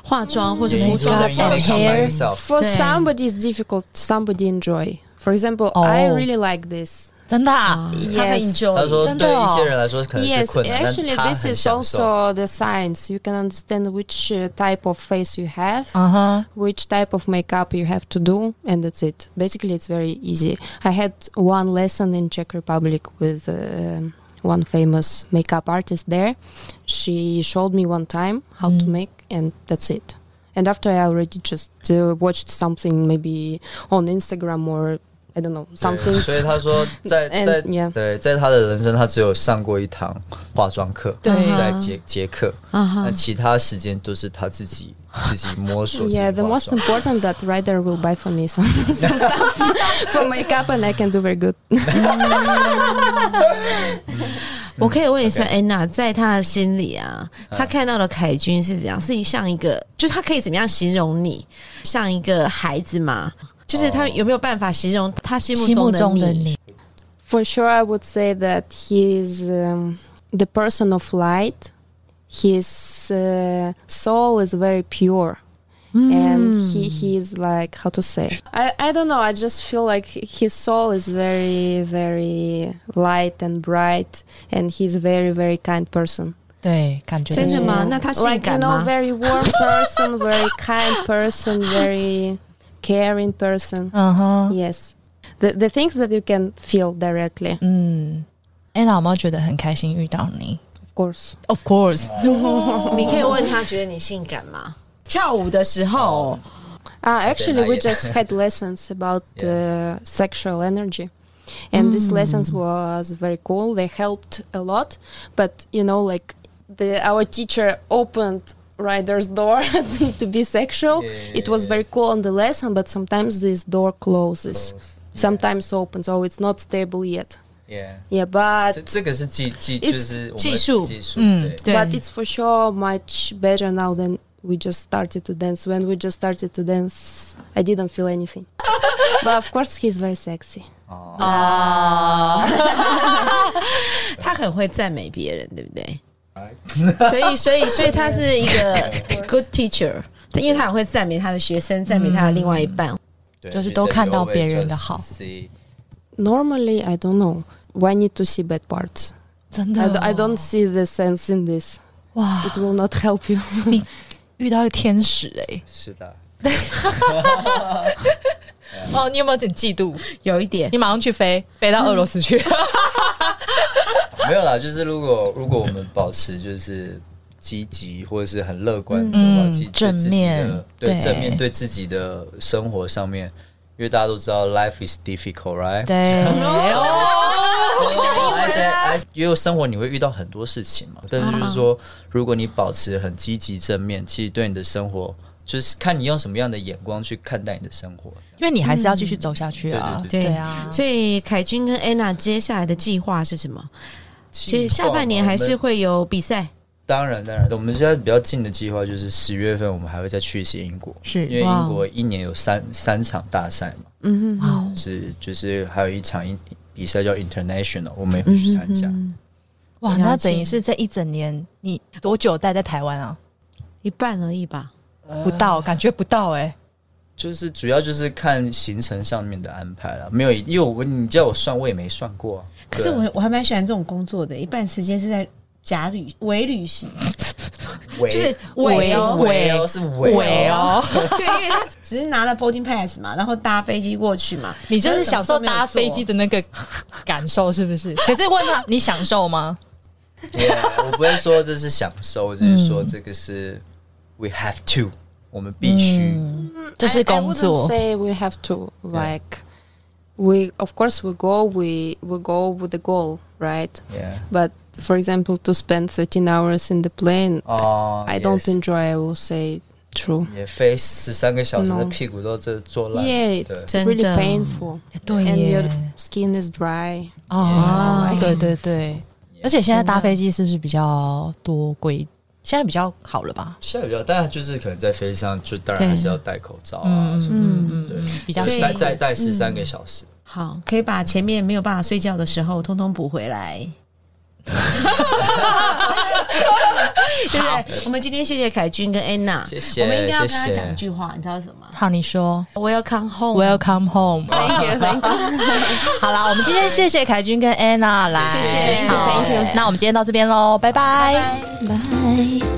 S5: 化妆或者服装的
S3: Yeah,
S5: 造
S3: you
S5: 型
S3: can，make some by yourself.
S4: For
S5: Damn.
S4: somebody, it's difficult. Somebody enjoy. For example, I
S1: Oh.
S4: really like this.
S1: 真的啊，
S4: Yes.
S9: 他会 enjoy，
S3: 他说，
S1: 真的
S3: 对
S1: 哦
S3: 一些人来说可能是
S4: Yes,
S3: 困难，
S4: actually,
S3: 但他
S4: this
S3: 很
S4: is
S3: 享受。
S4: also the science. You can understand which uh, type of face you have,
S1: 嗯哼，
S4: which type of makeup you have to do, and that's it. Basically, it's very easy. I had one lesson in Czech Republic with um one famous makeup artist there. She showed me one time how to make, and that's it. And after I already just uh, watched something maybe on Instagram or I don't know
S3: 对
S4: something
S3: 所以他说 在，
S4: And-
S3: 在
S4: yeah
S3: 对，在他的人生，他只有上过一堂化妆课，
S5: 对
S1: Uh-huh
S3: 在捷捷克，
S5: 啊哈
S3: 那其他时间都是他 自己自己摸索。
S4: Yeah,
S3: 自己
S4: the
S3: 化
S4: most
S3: 妆
S4: important that rider will buy for me some, some stuff for makeup, and I can do very good.
S5: 我可以问一下 Anna，在她的心里啊，她看到的凯君是怎样？是像一个，就她可以怎么样形容你？像一个孩子吗？就是她有没有办法形容她心
S1: 心目
S5: 目
S1: 中
S5: 中
S1: 的
S5: 的你？
S1: 你，
S4: For sure, I would say that he is um, the person of light. His uh, soul is very pure. And he, he is like how to say I, I don't know I just feel like his soul is very very light and bright and he's a very very kind person
S1: 对，感觉
S5: 真的吗？
S4: Yeah.
S5: 那她性
S4: like
S5: 感
S4: you know
S5: 吗？
S4: very warm person very kind person very caring person
S1: 嗯哼，
S4: yes the, the things that you can feel directly
S1: 嗯。安娜有没有觉得很开心遇到你
S4: of course
S1: ？Of course，
S5: 你可以问她觉得你性感吗？哦跳舞的时候，
S4: ah actually we
S3: not yet.
S4: just had lessons about uh, sexual energy and these lessons was very cool they helped a lot but you know like the our teacher opened rider's door to be sexual it was very cool on the lesson but sometimes this door closes sometimes open, so it's not stable yet.
S3: Yeah.
S4: Yeah,
S3: 这
S4: but
S3: 这个是技技就
S4: It's
S3: 是我们
S5: 技术
S3: 技术
S1: 嗯
S3: 对。
S4: but it's for sure much better now than we just started to dance. When we just started to dance, I didn't feel anything. but of course, he's very sexy.
S5: 她很会赞美别人，对不对？ 所以，所以，所以她是一 个 good teacher，因为她很会赞美她的学生，赞美她的另外一半。
S3: 对
S1: 就是都看到别人的好。
S3: 女生
S4: Normally, I don't know. Why need to see bad parts?
S1: 真
S4: I,
S1: 的
S4: d- I don't see the sense in this.
S1: 哇，
S4: It will not help you.
S1: 遇到一个天使哎、
S3: always just see 是的，
S1: 哦，你有没有点嗯嫉妒？
S5: 有一点，
S1: 你马上去飞，飞到俄罗斯去。
S3: 没有啦，就是如果如果我们保持就是积极或者是很乐观的话，
S1: 嗯
S3: 其实对
S1: 正
S3: 自己的
S1: 面
S3: 对
S1: 对
S3: 正面对自己的生活上面，因为大家都知道 life is difficult, right？
S1: 对，
S5: 啊
S3: I said- I said- 啊因为生活你会遇到很多事情嘛，但是就是说，如果你保持很积极正面，其实对你的生活，就是看你用什么样的眼光去看待你的生活。
S1: 因为你还是要继续走下去啊。
S3: 对
S5: 对
S1: 啊，
S5: 所以凯君跟 Anna 接下来的计划是什么？其实
S3: 计划
S5: 下
S3: 嘛
S5: 半年还是会有比赛，
S3: 当然，当然，我们现在比较近的计划就是十月份，我们还会再去一些英国，
S1: 是
S3: 因为
S5: 哇哦
S3: 英国一年有三三场大赛嘛，
S5: 嗯
S1: 哇哦
S3: 是就是还有一场英比赛叫 International，我们也会去参
S5: 嗯
S3: 加。
S1: 哇，
S5: 了解
S1: 那等于是这一整年你多久待在台湾啊？
S5: 一半而已吧。
S1: 不到，感觉不到哎、
S3: 就是主要就是看行程上面的安排了，没有，因为我你叫我算，我也没算过啊、
S5: 可是我我还蛮喜欢这种工作的，一半时间是在假旅伪旅 行，
S3: 围
S5: 就是
S3: 围
S5: 伪哦
S3: 围哦是围哦，
S1: 哦，
S5: 对，因为他只是拿了 boarding pass 嘛，然后搭飞机过去嘛。
S1: 你就是享受搭飞机的那个感受是 不是？可是问他你享受吗？
S3: Yeah，我不会说这是享受，
S5: 嗯
S3: 我只是说这个是 we have to，我们必须。
S5: 嗯
S1: 这是
S4: I- I
S1: 工作
S4: wouldn't say we have to like we of course we go we we go with the goal right
S3: Yeah，
S4: but for example to spend 13 hours in the plane
S3: 哦、
S4: I don't
S3: yes
S4: enjoy I will say true
S3: 也飞十三个小时的
S4: No
S3: 屁股都这坐烂了。
S4: yeah
S3: 对
S4: it's really
S5: 真的。
S4: painful
S1: 对
S4: and your
S1: 耶，
S4: skin is dry
S1: 哦，对对对，而且现在搭飞机是不是比较多规？现在比较好了吧？
S3: 现在比较，但就是可能在飞机上，就当然还是要戴口罩啊，什么
S1: 嗯嗯
S3: 对，
S1: 比较
S3: 就是戴再戴十三个小时。
S5: 好，可以把前面没有办法睡觉的时候通通补回来。 对不对？我们今天谢谢凯君跟安娜，
S3: 谢谢
S5: 我们应该要跟他
S3: 谢谢
S5: 讲一句话，你知道什么吗
S1: 好，你说
S5: ？Welcome home。
S1: Welcome home。好啦，我们今天谢谢凯君跟 Anna 来，
S5: 谢谢
S1: 好
S5: Thank you
S1: 那我们今天到这边喽，拜拜
S4: bye